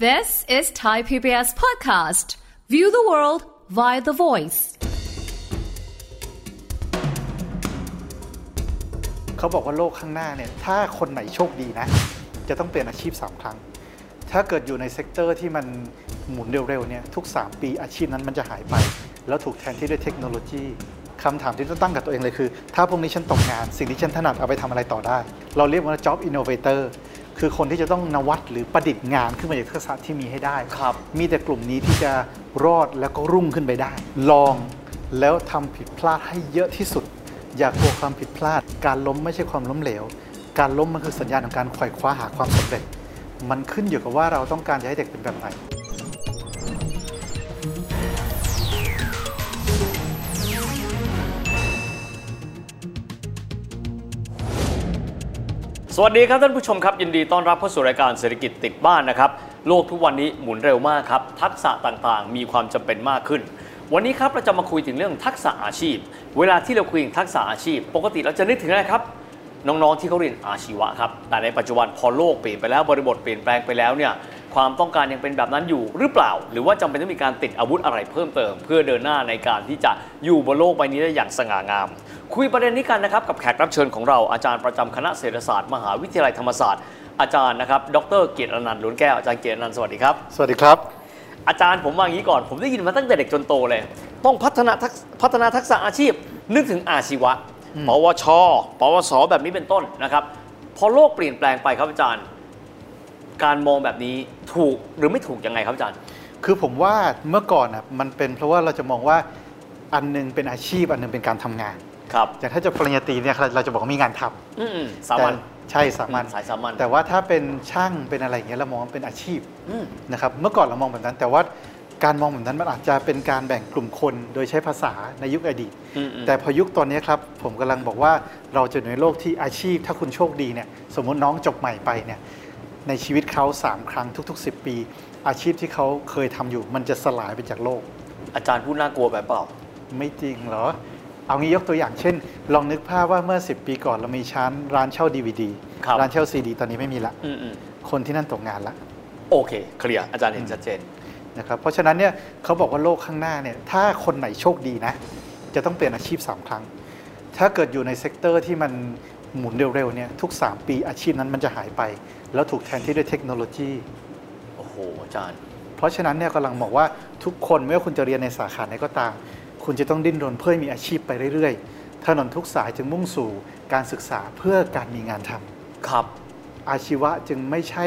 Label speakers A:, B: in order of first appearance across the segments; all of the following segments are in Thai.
A: This is Thai PBS Podcast. View the world via the voice.
B: เขาบอกว่าโลกข้างหน้าเนี่ย ถ้าคนไหนโชคดีนะ จะต้องเปลี่ยนอาชีพ 3 ครั้ง ถ้าเกิดอยู่ในเซกเตอร์ที่มันหมุนเร็วๆเนี่ยทุก 3 ปีอาชีพนั้นมันจะหายไป แล้วถูกแทนที่ด้วยเทคโนโลยีคำถามที่ต้องตั้งกับตัวเองเลยคือ ถ้าพวกนี้ฉันตกงาน สิ่งที่ฉันถนัดเอาไปทำอะไรต่อได้ เราเรียกว่า job innovator คือคนที่จะต้องนวัดหรือประดิษฐ์งานขึ้นมาจากทักษะที่มีให้ได้
C: ครับ
B: มีแต่กลุ่มนี้ที่จะรอดแล้วก็รุ่งขึ้นไปได้ ลองแล้วทำผิดพลาดให้เยอะที่สุด อย่ากลัวความผิดพลาด การล้มไม่ใช่ความล้มเหลว การล้มมันคือสัญญาณของการไขว่คว้าหาความสำเร็จ มันขึ้นอยู่กับว่าเราต้องการจะให้เด็กเป็นแบบไหน
C: สวัสดีครับท่านผู้ชมครับ ยินดีต้อนรับเข้าสู่รายการเศรษฐกิจติดบ้านนะครับ โลกทุกวันนี้หมุนเร็วมากครับ ทักษะต่างๆ มีความจำเป็นมากขึ้น วันนี้ครับเราจะมาคุยถึงเรื่องทักษะอาชีพ เวลาที่เราคุยถึงทักษะอาชีพ ปกติเราจะนึกถึงอะไรครับ น้องๆที่เขาเรียนอาชีวะครับ แต่ในปัจจุบันพอโลกเปลี่ยนไปแล้วบริบทเปลี่ยนแปลงไปแล้วเนี่ยความต้องการยังเป็นแบบนั้นอยู่หรือเปล่า หรือว่าจำเป็นต้องมีการติดอาวุธอะไรเพิ่มเติม เพื่อเดินหน้าในการที่จะอยู่บนโลกใบนี้ได้อย่างสง่างาม คุยประเด็นนี้กันนะครับกับแขกรับเชิญของเราอาจารย์ประจำคณะเศรษฐศาสตร์มหาวิทยาลัยธรรมศาสตร์อาจารย์นะครับดรเกียรติอนันต์ล้วนแก้วอาจารย์เกียรติอนันต์สวัสดีครับ
B: สวัสดีครับ
C: อาจารย์ผมว่าอย่างนี้ก่อน ผมได้ยินมาตั้งแต่เด็กจนโตเลย ต้องพัฒนาทักษพัฒนาทักษะอาชีพ นึกถึงอาชีวะปวช ปวส แบบนี้เป็นต้นนะครับ พอโลกเปลี่ยนแปลงไปครับอาจารย์ การมองแบบนี้ถูกหรือไม่ถูกยังไงครับอาจารย์
B: คือผมว่าเมื่อก่อนอ่ะมันเป็นเพราะว่าเราจะมองว่าอันหนึงเป็นอาชีพอันหนึงเป็นการทำงาน
C: ครับ
B: อย่างถ้าจะปริญญาตรีเนี่ยเราจะบอกว่ามีงานทำ
C: อืมๆสามัญ
B: แต่ใช่สามัญ
C: สายสามัญ
B: แต่ว่าถ้าเป็นช่างเป็นอะไรอย่างเงี้ยเรามองว่าเป็นอาชีพ
C: อืม
B: นะครับเมื่อก่อนเรามองแบบนั้น แต่ว่าการมองแบบนั้นมันอาจจะเป็นการแบ่งกลุ่มคนโดยใช้ภาษาในยุคอดีต
C: อืมๆ
B: แต่พอยุคตอนนี้ครับ ผมกำลังบอกว่าเราจะอยู่ในโลกที่อาชีพ ถ้าคุณโชคดีเนี่ยสมมติน้องจบใหม่ไปเนี่ยในชีวิตเขา 3 ครั้งทุก ๆ 10 ปี อาชีพที่เขาเคยทำอยู่ มันจะสลายไปจากโลก
C: อาจารย์พูดน่ากลัวแบบเปล่า
B: ไม่จริงเหรอ เอางี้ยกตัวอย่างเช่น ลองนึกภาพว่าเมื่อ 10 ปีก่อนเรามีชั้นร้านเช่าดีวดี
C: ครับ
B: ร้านเช่าซีดีตอนนี้ไม่มีละ
C: อืม
B: คนที่นั่นตกงานละ
C: ๆโอเค เคลียร์อาจารย์เห็นชัดเจน
B: นะครับเพราะฉะนั้นเนี่ยเขาบอกว่าโลกข้างหน้าเนี่ยถ้าคนไหนโชคดีนะ จะต้องเปลี่ยนอาชีพ 3 ครั้ง ถ้าเกิดอยู่ในเซกเตอร์ที่มันหมุนเร็วๆเนี่ยทุก 3 ปีอาชีพนั้นมันจะหายไป แล้วถูกแทนที่ด้วยเทคโนโลยี
C: โอ้โหอาจารย์
B: เพราะฉะนั้นเนี่ยกำลังบอกว่าทุกคนไม่ว่าคุณจะเรียนในสาขาไหนก็ตาม คุณจะต้องดิ้นรนเพื่อให้มีอาชีพไปเรื่อยๆถนนทุกสายจึงมุ่งสู่การศึกษาเพื่อการมีงานทำ
C: ครับ
B: อาชีวะจึงไม่ใช่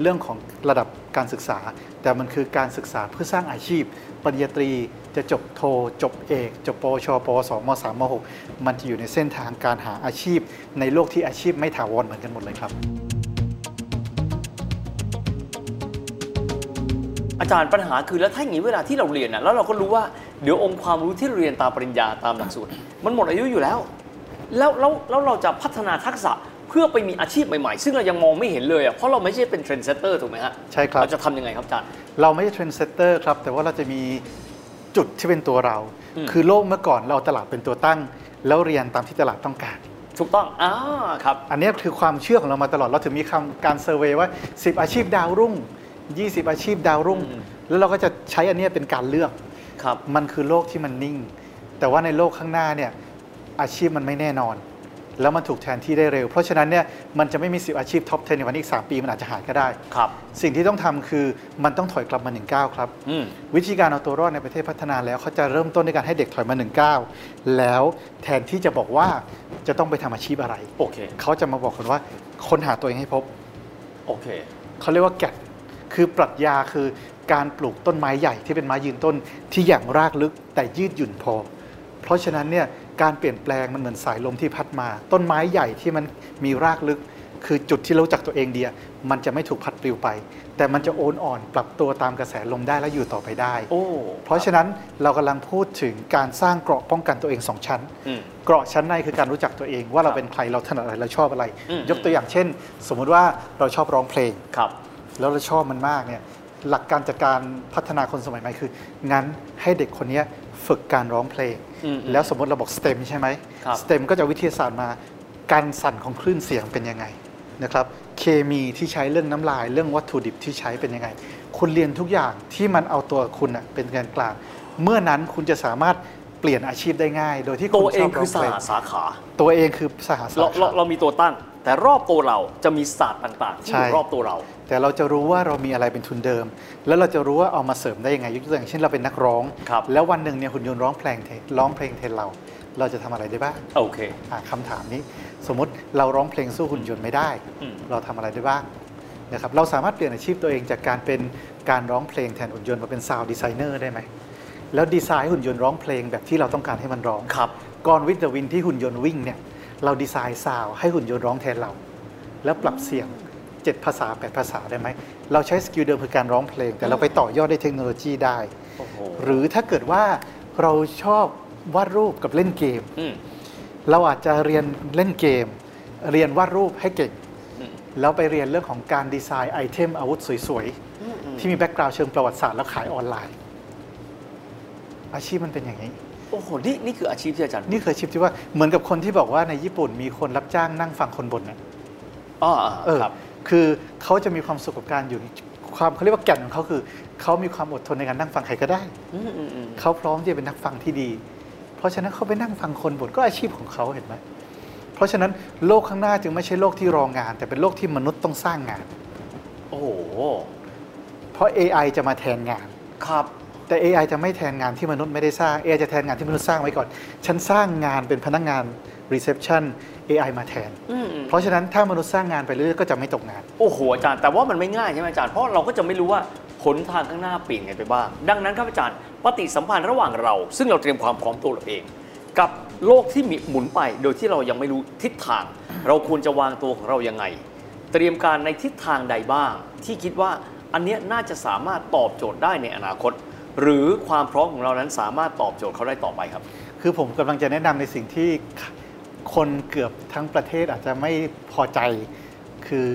B: เรื่องของระดับการศึกษา แต่มันคือการศึกษาเพื่อสร้างอาชีพ ปริญญาตรีจะจบโท จบเอก จบปวชปวสมสามมหกมันจะอยู่ในเส้นทางการหาอาชีพ ในโลกที่อาชีพไม่ถาวรเหมือนกันหมดเลยครับ
C: อาจารย์ปัญหาคือแล้วถ้าอย่างนี้เวลาที่เราเรียนนะแล้วเราก็รู้ว่าเดี๋ยวองค์ความรู้ที่เราเรียนตามปริญญาตามหลักสูตร มันหมดอายุอยู่แล้ว แล้วแล้วแล้วเราจะพัฒนาทักษะเพื่อไปมีอาชีพใหม่ๆ ซึ่งเรายังมองไม่เห็นเลยอ่ะเพราะเราไม่ใช่เป็นเทรนเซเตอร์ถูกไหมฮะ
B: ใช่ครับ
C: เราจะทำยังไงครับอาจารย์
B: เราไม่ใช่เทรนเซตเตอร์ครับ แต่ว่าเราจะมีจุดที่เป็นตัวเรา
C: อืม
B: คือโลกเมื่อก่อนเราเอาตลาดเป็นตัวตั้ง แล้วเรียนตามที่ตลาดต้องการ
C: ถูกต้องอ่าครับ
B: อันเนี้ยคือความเชื่อของเรามาตลอด เราถึงมีคำการเซอร์เวยว่า 10 อาชีพดาวรุ่ง 20 อาชีพดาวรุ่ง
C: อืม
B: แล้วเราก็จะใช้อันเนี้ยเป็นการเลือก
C: ครับ
B: มันคือโลกที่มันนิ่ง แต่ว่าในโลกข้างหน้าเนี่ยอาชีพมันไม่แน่นอน แล้วมันถูกแทนที่ได้เร็ว เพราะฉะนั้นเนี่ยมันจะไม่มี 10 อาชีพท็อป 10 ในวันอีก 3 ปีมันอาจจะหายก็ได้
C: ครับ
B: สิ่งที่ต้องทำคือมันต้องถอยกลับมา1ก้าวครับ
C: อืม
B: วิธีการเอาตัวรอดในประเทศพัฒนาแล้วเขาจะเริ่มต้นด้วยการให้เด็กถอยมาหนึ่งก้าวแล้วแทนที่จะบอกว่าจะต้องไปทำอาชีพอะไร
C: โอเค
B: เขาจะมาบอกคนว่าค้นหาตัวเองให้พบ
C: โอเค
B: เขาเรียกว่าแกะคือปรัชญาคือการปลูกต้นไม้ใหญ่ที่เป็นไม้ยืนต้นที่อย่างรากลึกแต่ยืดหยุ่นพอ เพราะฉะนั้นเนี่ยการเปลี่ยนแปลงมันเหมือนสายลมที่พัดมา ต้นไม้ใหญ่ที่มันมีรากลึก คือจุดที่เรารู้จักตัวเองเดียมันจะไม่ถูกพัดปลิวไป แต่มันจะโอนอ่อนปรับตัวตามกระแสลมได้และอยู่ต่อไปได้
C: โอ้
B: เพราะฉะนั้นเรากำลังพูดถึงการสร้างเกราะป้องกันตัวเองสองชั้น
C: อืม
B: เกราะชั้นในคือการรู้จักตัวเองว่าเรา
C: ครับ
B: เป็นใครเราถนัดอะไรเราชอบอะไร
C: อืม
B: ยกตัวอย่างเช่น สมมุติว่าเราชอบร้องเพลง
C: ครับ
B: แล้วเราชอบมันมากเนี่ยหลักการจัดการพัฒนาคนสมัยใหม่คือ งั้นให้เด็กคนเนี้ยฝึกการร้องเพลง
C: อืม
B: แล้วสมมติเราบอกสเต็มใช่ไหม
C: ครับ
B: สเต็มก็จะวิทยาศาสตร์มาการสั่นของคลื่นเสียงเป็นยังไงนะครับเคมีที่ใช้เรื่องน้ำลายเรื่องวัตถุดิบที่ใช้เป็นยังไง คุณเรียนทุกอย่างที่มันเอาตัวคุณน่ะเป็นแกนกลาง เมื่อนั้นคุณจะสามารถเปลี่ยนอาชีพได้ง่าย โดยที่คุณ
C: ตัวเอง
B: ชบ
C: คือส
B: ร้
C: ห
B: เพล
C: สาขา
B: ตัวเองคือสหสา
C: เราเรา
B: ขา
C: เรามีตัวตั้ง แต่รอบตัวเราจะมีศาสตร์ต่างๆที่อยู่
B: ใช่
C: รอบตัวเรา
B: แต่เราจะรู้ว่าเรามีอะไรเป็นทุนเดิม แล้วเราจะรู้ว่าเอามาเสริมได้ยังไงยกตัวอย่างเช่นเราเป็นนักร้อง
C: ครับ
B: แล้ววันหนึ่งเนี่ยหุ่นยนต์ร้องเพลงเทนร้องเพลงเทนเรา เราจะทำอะไรได้บ้าง
C: โอเค
B: อ่ะคำถามนี้สมมติเราร้องเพลงสู้หุ่นยนต์ไม่ได้
C: อืม
B: เราทำอะไรได้บ้างนะครับเราสามารถเปลี่ยนอาชีพตัวเองจากการเป็นการร้องเพลงแทนหุ่นยนต์มาเป็นซาวดีไซเนอร์ได้ไหมแล้วดีไซน์หุ่นยนต์ร้องเพลงแบบที่เราต้องการให้มันร้อง
C: ครับ
B: ก่อนวิดเดวินที่หุ่นยนต์วิ่งเนี่ยเราดีไซน์ซาวให้หุ่นยนต์ร้องแทนเรา แล้วปรับเสียง 7 ภาษา 8 ภาษาได้ไหมเราใช้สกิลเดิมคือการร้องเพลง แต่เราไปต่อยอดด้วยเทคโนโลยีได้
C: โอ้โห
B: หรือถ้าเกิดว่าเราชอบวาดรูปกับเล่นเกม
C: อืม
B: เราอาจจะเรียนเล่นเกม เรียนวาดรูปให้เก่ง
C: อืม
B: แล้วไปเรียนเรื่องของการดีไซน์ไอเทมอาวุธสวยๆ ที่มีแบ็กกราวด์เชิงประวัติศาสตร์แล้วขายออนไลน์ อาชีพมันเป็นอย่างนี้
C: โอ้โหนี่นี่คืออาชีพที่อาจารย์
B: นี่คืออาชีพที่ว่าเหมือนกับคนที่บอกว่าในญี่ปุ่นมีคนรับจ้างนั่งฟังคนบนนะ
C: อ๋อ
B: เออ
C: ครับ
B: คือเขาจะมีความสุขกับการอยู่ความเขาเรียกว่าแก่นของเขาคือเขามีความอดทนในการนั่งฟังใครก็ได้
C: อืมอืมอืม
B: เขาพร้อมที่จะเป็นนักฟังที่ดี เพราะฉะนั้นเขาไปนั่งฟังคนบ่นก็อาชีพของเขาเห็นไหม เพราะฉะนั้นโลกข้างหน้าจึงไม่ใช่โลกที่รองงาน แต่เป็นโลกที่มนุษย์ต้องสร้างงาน
C: โอ้โห
B: เพราะ AI จะมาแทนงาน
C: ครับ
B: แต่ AI จะไม่แทนงานที่มนุษย์ไม่ได้สร้าง AI จะแทนงานที่มนุษย์สร้างไว้ก่อน ฉันสร้างงานเป็นพนักงาน reception AI มาแทน
C: อืมอืม
B: เพราะฉะนั้นถ้ามนุษย์สร้างงานไปเรื่อยๆก็จะไม่ตกงาน
C: โอ้โหอาจารย์แต่ว่ามันไม่ง่ายใช่ไหมอาจารย์เพราะเราก็จะไม่รู้ว่าผลทางข้างหน้าเปลี่ยนไงไปบ้าง ดังนั้นครับอาจารย์ปฏิสัมพันธ์ระหว่างเรา ซึ่งเราเตรียมความพร้อมตัวเราเอง กับโลกที่มีหมุนไปโดยที่เรายังไม่รู้ทิศทาง เราควรจะวางตัวของเรายังไง เตรียมการในทิศทางใดบ้าง ที่คิดว่าอันเนี้ยน่าจะสามารถตอบโจทย์ได้ในอนาคต หรือความพร้อมของเรานั้นสามารถตอบโจทย์เขาได้ต่อไปครับ
B: คือผมกำลังจะแนะนำในสิ่งที่คนเกือบทั้งประเทศอาจจะไม่พอใจ คือ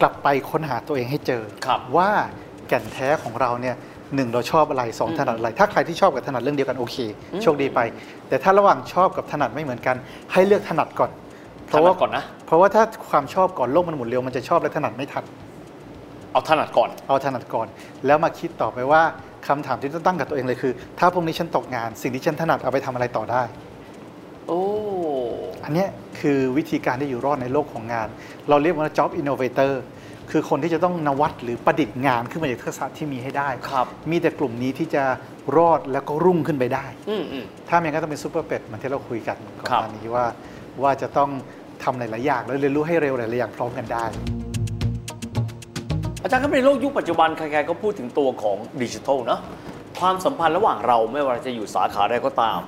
B: กลับไปค้นหาตัวเองให้เจอ
C: ครับ
B: ว่าแก่นแท้ของเราเนี่ยหนึ่งเราชอบอะไรสอง
C: อืม
B: ถนัดอะไร ถ้าใครที่ชอบกับถนัดเรื่องเดียวกันโอเค
C: อืม
B: โชคดีไป แต่ถ้าระหว่างชอบกับถนัดไม่เหมือนกัน ให้เลือกถนัดก่อน เพ
C: ถ
B: ราะ
C: นั
B: ว่า
C: ดก่อนนะ
B: เพราะว่าถ้าความชอบก่อนโลกมันหมุนเร็วมันจะชอบและถนัดไม่ทัน
C: เอาถนัดก่อน
B: เอาถนัดก่อน แล้วมาคิดต่อไปว่าคำถามที่ต้องตั้งกับตัวเองเลยคือ ถ้าพรุ่งนี้ฉันตกงาน สิ่งที่ฉันถนัดเอาไปทำอะไรต่อได้
C: โอ้
B: อันเนี้ยคือวิธีการที่อยู่รอดในโลกของงาน เราเรียกว่า job innovator คือคนที่จะต้องนวัดหรือประดิษฐ์งานขึ้นมาจากทักษะที่มีให้ได้
C: ครับ
B: มีแต่กลุ่มนี้ที่จะรอดแล้วก็รุ่งขึ้นไปได้
C: อืมอืม
B: ถ้าไม่งั้นก็ต้องเป็นซูเปอร์เป็ดเหมือนที่เราคุยกันก่อน
C: ครับ
B: หน้านี้ว่า ว่าจะต้องทำหลาย ๆ อย่าง แล้วเรียนรู้ให้เร็วหลาย ๆ อย่างพร้อมกันได้
C: อาจารย์ครับในโลกยุคปัจจุบันใครๆก็พูดถึงตัวของดิจิทัลนะความสัมพันธ์ระหว่างเราไม่ว่าจะอยู่สาขาใดก็ตาม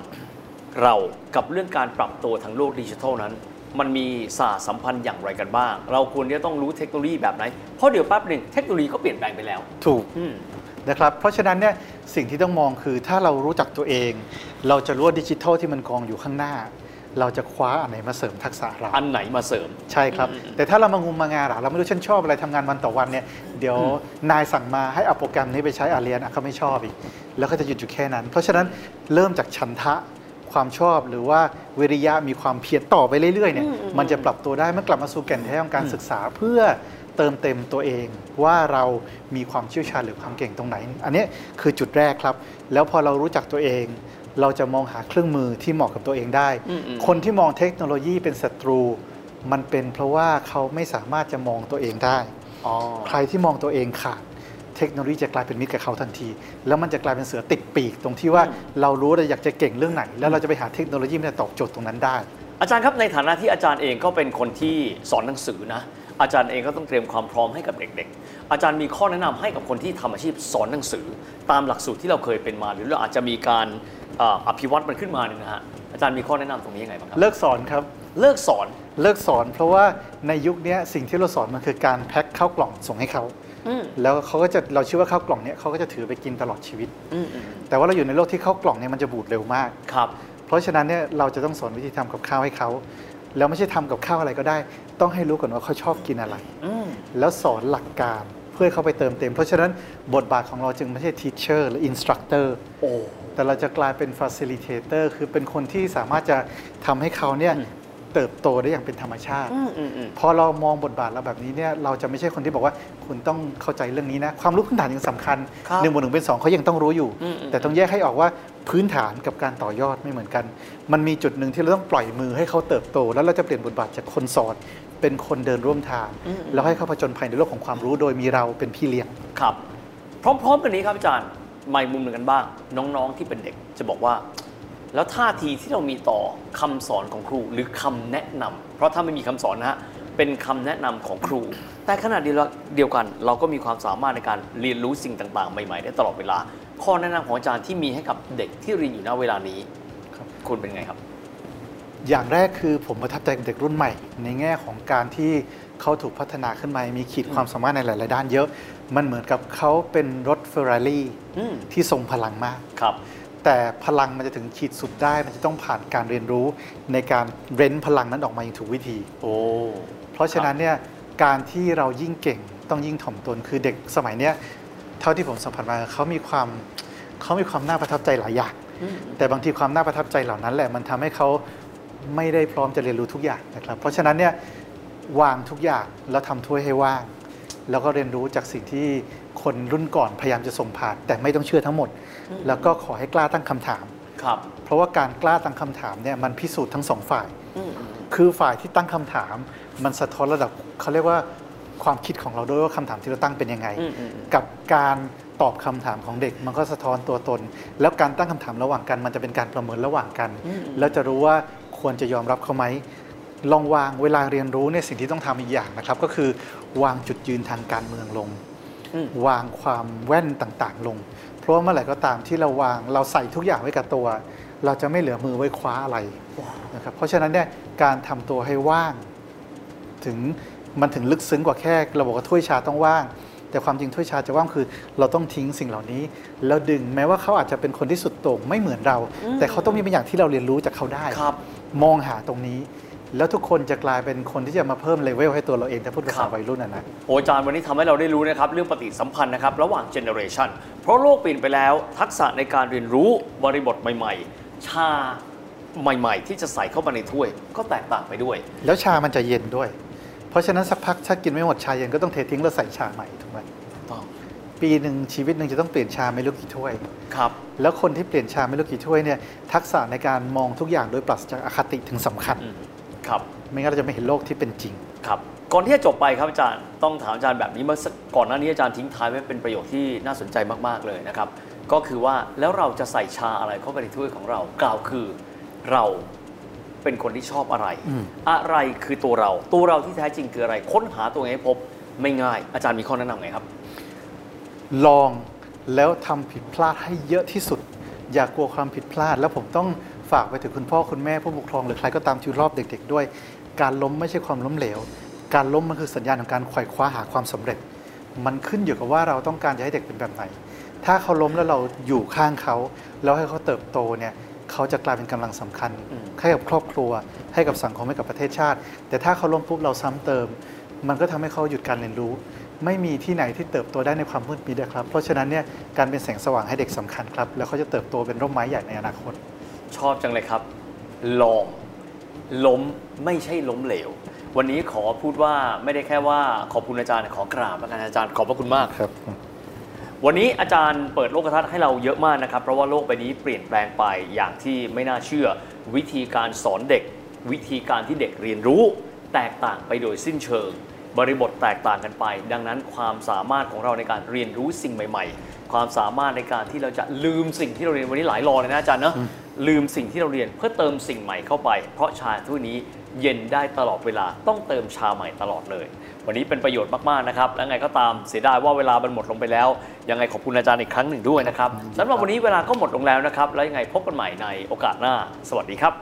C: เรากับเรื่องการปรับตัวทางโลกดิจิทัลนั้น มันมีสาสัมพันธ์อย่างไรกันบ้าง เราควรที่จะต้องรู้เทคโนโลยีแบบไหนเพราะเดี๋ยวแป๊บหนึ่งเทคโนโลยีก็เปลี่ยนแปลงไปแล้ว
B: ถูก
C: อืม
B: นะครับ เพราะฉะนั้นเนี่ยสิ่งที่ต้องมองคือถ้าเรารู้จักตัวเอง เราจะรู้ว่าดิจิทัลที่มันกองอยู่ข้างหน้า เราจะคว้าอันไหนมาเสริมทักษะเรา
C: อันไหนมาเสริม
B: ใช่ครับ
C: อืม
B: แต่ถ้าเรามางุมมางานล่ะเราไม่รู้ฉันชอบอะไรทำงานวันต่อวันเนี่ยเดี๋ยวนายสั่งมาให้เอาโปรแกรมนี้ไปใช้อาเรียนอ่ะเขาไม่ชอบอีก แล้วก็จะหยุดอยู่แค่นั้น เพราะฉะนั้นเริ่มจากฉันทะความชอบหรือว่าวิริยะมีความเพียรต่อไปเรื่อยๆเนี่ยมันจะปรับตัวได้มันกลับมาสู่แก่นแท้ของการศึกษาเพื่อเติมเต็มตัวเอง ว่าเรามีความเชี่ยวชาญหรือความเก่งตรงไหน อันเนี้ยคือจุดแรกครับ แล้วพอเรารู้จักตัวเอง เราจะมองหาเครื่องมือที่เหมาะกับตัวเองได้
C: อืมอืม
B: คนที่มองเทคโนโลยีเป็นศัตรู มันเป็นเพราะว่าเขาไม่สามารถจะมองตัวเองได้
C: อ๋อ
B: ใครที่มองตัวเองขาดเทคโนโลยีจะกลายเป็นมิตรกับเขาทันที แล้วมันจะกลายเป็นเสือติดปีกตรงที่ว่าเรารู้ว่าเราอยากจะเก่งเรื่องไหน แล้วเราจะไปหาเทคโนโลยีมาตอบโจทย์ตรงนั้นได้
C: อาจารย์ครับในฐานะที่อาจารย์เองก็เป็นคนที่สอนหนังสือนะ อาจารย์เองก็ต้องเตรียมความพร้อมให้กับเด็ก ๆ อาจารย์มีข้อแนะนำให้กับคนที่ทำอาชีพสอนหนังสือ ตามหลักสูตรที่เราเคยเป็นมา หรือเราอาจจะมีการเอ่ออภิวัตมันขึ้นมาเนี่ยนะฮะอาจารย์มีข้อแนะนำตรงนี้ยังไงบ้างครับ
B: เลิกสอนครับ
C: เลิกสอน
B: เลิกสอนเพราะว่าในยุคเนี้ยสิ่งที่เราสอนมันคือการแพ็คข้าวกล่องส่งให้เขา
C: อืม
B: แล้วเขาก็จะเราเชื่อว่าข้าวกล่องเนี้ยเขาก็จะถือไปกินตลอดชีวิต
C: อืมอืม
B: แต่ว่าเราอยู่ในโลกที่ข้าวกล่องเนี่ยมันจะบูดเร็วมาก
C: ครับ
B: เพราะฉะนั้นเนี่ยเราจะต้องสอนวิธีทำกับข้าวให้เขา แล้วไม่ใช่ทำกับข้าวอะไรก็ได้ ต้องให้รู้ก่อนว่าเขาชอบกินอะไร
C: อืม
B: แล้วสอนหลักการเพื่อให้เขาไปเติมเต็ม เพราะฉะนั้นบทบาทของเราจึงไม่ใช่ teacher หรือ instructor
C: โอ้
B: แต่เราจะกลายเป็น facilitator คือเป็นคนที่สามารถจะทำให้เขาเนี่ย เติบโตได้อย่างเป็นธรรมชาติ
C: อืมอืมอืม
B: พอเรามองบทบาทเราแบบนี้เนี่ยเราจะไม่ใช่คนที่บอกว่าคุณต้องเข้าใจเรื่องนี้นะ ความรู้พื้นฐานยังสำคัญ
C: ครับ
B: หนึ่งบวกหนึ่งเป็นสองเขายังต้องรู้อยู่
C: อืมอืม
B: แต่ต้องแยกให้ออกว่าพื้นฐานกับการต่อยอดไม่เหมือนกัน มันมีจุดหนึ่งที่เราต้องปล่อยมือให้เขาเติบโต แล้วเราจะเปลี่ยนบทบาทจากคนสอนเป็นคนเดินร่วมทาง แล้วให้เขาผจญภัยในโลกของความรู้โดยมีเราเป็นพี่เลี้ยง
C: ครับ พร้อม ๆ กันนี้ครับอาจารย์มาอีกมุมหนึ่งกันบ้าง น้องๆที่เป็นเด็กจะบอกว่า แล้วท่าทีที่เรามีต่อคำสอนของครูหรือคำแนะนำเพราะถ้าไม่มีคำสอนนะฮะเป็นคำแนะนำของครู แต่ขณะเดียวเดียวกัน เราก็มีความสามารถในการเรียนรู้สิ่งต่างๆ ใหม่ๆ ได้ตลอดเวลา ข้อแนะนำของอาจารย์ที่มีให้กับเด็กที่เรียนอยู่ณเวลานี้
B: ครับ
C: คุณเป็นไงครับ
B: อย่างแรกคือผมประทับใจเด็กรุ่นใหม่ ในแง่ของการที่เขาถูกพัฒนาขึ้นมา มีขีดความสามารถในหลาย ๆ ด้านเยอะ มันเหมือนกับเขาเป็นรถเฟอร์รารี่
C: อืม
B: ที่ทรงพลังมาก
C: ครับ
B: แต่พลังมันจะถึงขีดสุดได้ มันจะต้องผ่านการเรียนรู้ในการเร้นพลังนั้นออกมาอย่างถูกวิธี
C: โอ้
B: เพราะฉะนั้นเนี่ยการที่เรายิ่งเก่งต้องยิ่งถ่อมตนคือเด็กสมัยเนี้ยเท่าที่ผมสัมผัสมาเขามีความเขามีความน่าประทับใจหลายอย่าง
C: อืม
B: แต่บางทีความน่าประทับใจเหล่านั้นแหละมันทำให้เขาไม่ได้พร้อมจะเรียนรู้ทุกอย่างนะครับ เพราะฉะนั้นเนี่ยวางทุกอย่างแล้วทำถ้วยให้ว่าง แล้วก็เรียนรู้จากสิ่งที่คนรุ่นก่อนพยายามจะส่งผ่าน แต่ไม่ต้องเชื่อทั้งหมด แล้วก็ขอให้กล้าตั้งคำถาม
C: ครับ
B: เพราะว่าการกล้าตั้งคำถามเนี่ยมันพิสูจน์ทั้งสองฝ่าย
C: อืมอืม
B: คือฝ่ายที่ตั้งคำถาม มันสะท้อนระดับเขาเรียกว่าความคิดของเราด้วยว่าคำถามที่เราตั้งเป็นยังไง
C: อืมอืมอืม
B: กับการตอบคำถามของเด็ก มันก็สะท้อนตัวตน แล้วการตั้งคำถามระหว่างกัน มันจะเป็นการประเมินระหว่างกัน แล้วจะรู้ว่าควรจะยอมรับเขาไหมลองวางเวลาเรียนรู้เนี่ยสิ่งที่ต้องทำอีกอย่างนะครับ ก็คือวางจุดยืนทางการเมืองลง
C: อืม
B: วางความแว่นต่างๆ ลง เพราะว่าเมื่อไหร่ก็ตามที่เราวางเราใส่ทุกอย่างไว้กับตัว เราจะไม่เหลือมือไว้คว้าอะไรนะครับเพราะฉะนั้นเนี่ยการทำตัวให้ว่าง ถึงมันถึงลึกซึ้งกว่าแค่เราบอกว่าถ้วยชาต้องว่าง แต่ความจริงถ้วยชาจะว่างคือ เราต้องทิ้งสิ่งเหล่านี้ แล้วดึงแม้ว่าเขาอาจจะเป็นคนที่สุดโต่งไม่เหมือนเรา แต่เขาต้องมีบางอย่างที่เราเรียนรู้จากเขาได้
C: ครับ
B: มองหาตรงนี้ แล้วทุกคนจะกลายเป็นคนที่จะมาเพิ่มเลเวลให้ตัวเราเองถ้าพูดภา
C: ครั
B: ษา
C: บ
B: วัยรุ่นอะนะ
C: โอ้อาจารย์วันนี้ทำให้เราได้รู้นะครับเรื่องปฏิสัมพันธ์นะครับระหว่างเจเนอเรชันเพราะโลกเปลี่ยนไปแล้ว ทักษะในการเรียนรู้บริบทใหม่ ๆ ชาใหม่ ๆ ที่จะใส่เข้ามาในถ้วย ก็แตกต่างไปด้วย
B: แล้วชามันจะเย็นด้วย เพราะฉะนั้นสักพักถ้ากินไม่หมดชาเย็นก็ต้องเททิ้งแล้วใส่ชาใหม่ถูกไหมปีหนึ่งชีวิตหนึ่งจะต้องเปลี่ยนชาไม่รู้กี่ถ้วย
C: ครับ
B: แล้วคนที่เปลี่ยนชาไม่รู้กี่ถ้วยเนี่ยทักษะในการมองทุกอย่างโดยปราศจากอคติถึงสำคัญ
C: อืมครับ
B: ไม่งั้นเราจะไม่เห็นโลกที่เป็นจริง
C: ครับ ก่อนที่จะจบไปครับอาจารย์ ต้องถามอาจารย์แบบนี้เมื่อสักก่อนหน้านี้อาจารย์ทิ้งท้ายไว้เป็นประโยคที่น่าสนใจมากๆเลยนะครับ ก็คือว่าแล้วเราจะใส่ชาอะไรเข้าไปในถ้วยของเรา กล่าวคือเราเป็นคนที่ชอบอะไร
B: อืม
C: อะไรคือตัวเรา ตัวเราที่แท้จริงคืออะไร ค้นหาตัวเองให้พบไม่ง่าย อาจารย์มีข้อแนะนำไงครับ
B: ลองแล้วทำผิดพลาดให้เยอะที่สุด อย่ากลัวความผิดพลาด แล้วผมต้องฝากไปถึงคุณพ่อคุณแม่ผู้ปกครองหรือใครก็ตามที่รอบเด็ก ๆ ด้วย การล้มไม่ใช่ความล้มเหลว การล้มมันคือสัญญาณของการขวายคว้าหาความสำเร็จ มันขึ้นอยู่กับว่าเราต้องการจะให้เด็กเป็นแบบไหน ถ้าเขาล้มแล้วเราอยู่ข้างเขาแล้วให้เขาเติบโตเนี่ยเขาจะกลายเป็นกำลังสำคัญ
C: อืม
B: ให้กับครอบครัว ให้กับสังคมให้กับประเทศชาติ แต่ถ้าเขาล้มปุ๊บเราซ้ำเติม มันก็ทำให้เขาหยุดการเรียนรู้ ไม่มีที่ไหนที่เติบโตได้ในความมืดมิดนะครับ เพราะฉะนั้นเนี่ยการเป็นแสงสว่างให้เด็กสำคัญครับ แล้วเขาจะเติบโตเป็นร่มไม้ใหญ่ในอนาคต
C: ชอบจังเลยครับ ลอง ล้มไม่ใช่ล้มเหลว วันนี้ขอพูดว่าไม่ได้แค่ว่าขอบคุณอาจารย์ขอกราบแล้วกันอาจารย์ขอบพระคุณมาก
B: ครับ
C: วันนี้อาจารย์เปิดโลกทัศน์ให้เราเยอะมากนะครับ เพราะว่าโลกใบนี้เปลี่ยนแปลงไปอย่างที่ไม่น่าเชื่อ วิธีการสอนเด็ก วิธีการที่เด็กเรียนรู้ แตกต่างไปโดยสิ้นเชิง บริบทแตกต่างกันไป ดังนั้นความสามารถของเราในการเรียนรู้สิ่งใหม่ ๆ ความสามารถในการที่เราจะลืมสิ่งที่เราเรียนวันนี้หลายรอเลยนะอาจารย์เนอะลืมสิ่งที่เราเรียนเพื่อเติมสิ่งใหม่เข้าไป เพราะชาถ้วยนี้เย็นได้ตลอดเวลาต้องเติมชาใหม่ตลอดเลย วันนี้เป็นประโยชน์มาก ๆ นะครับ และไงก็ตามเสียดายว่าเวลามันหมดลงไปแล้ว ยังไงขอบคุณอาจารย์อีกครั้งหนึ่งด้วยนะครับสำหรับวันนี้เวลาก็หมดลงแล้วนะครับ แล้วยังไงพบกันใหม่ในโอกาสหน้า สวัสดีครับ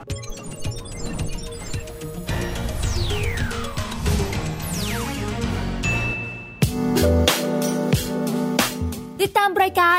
D: ติดตามรายการ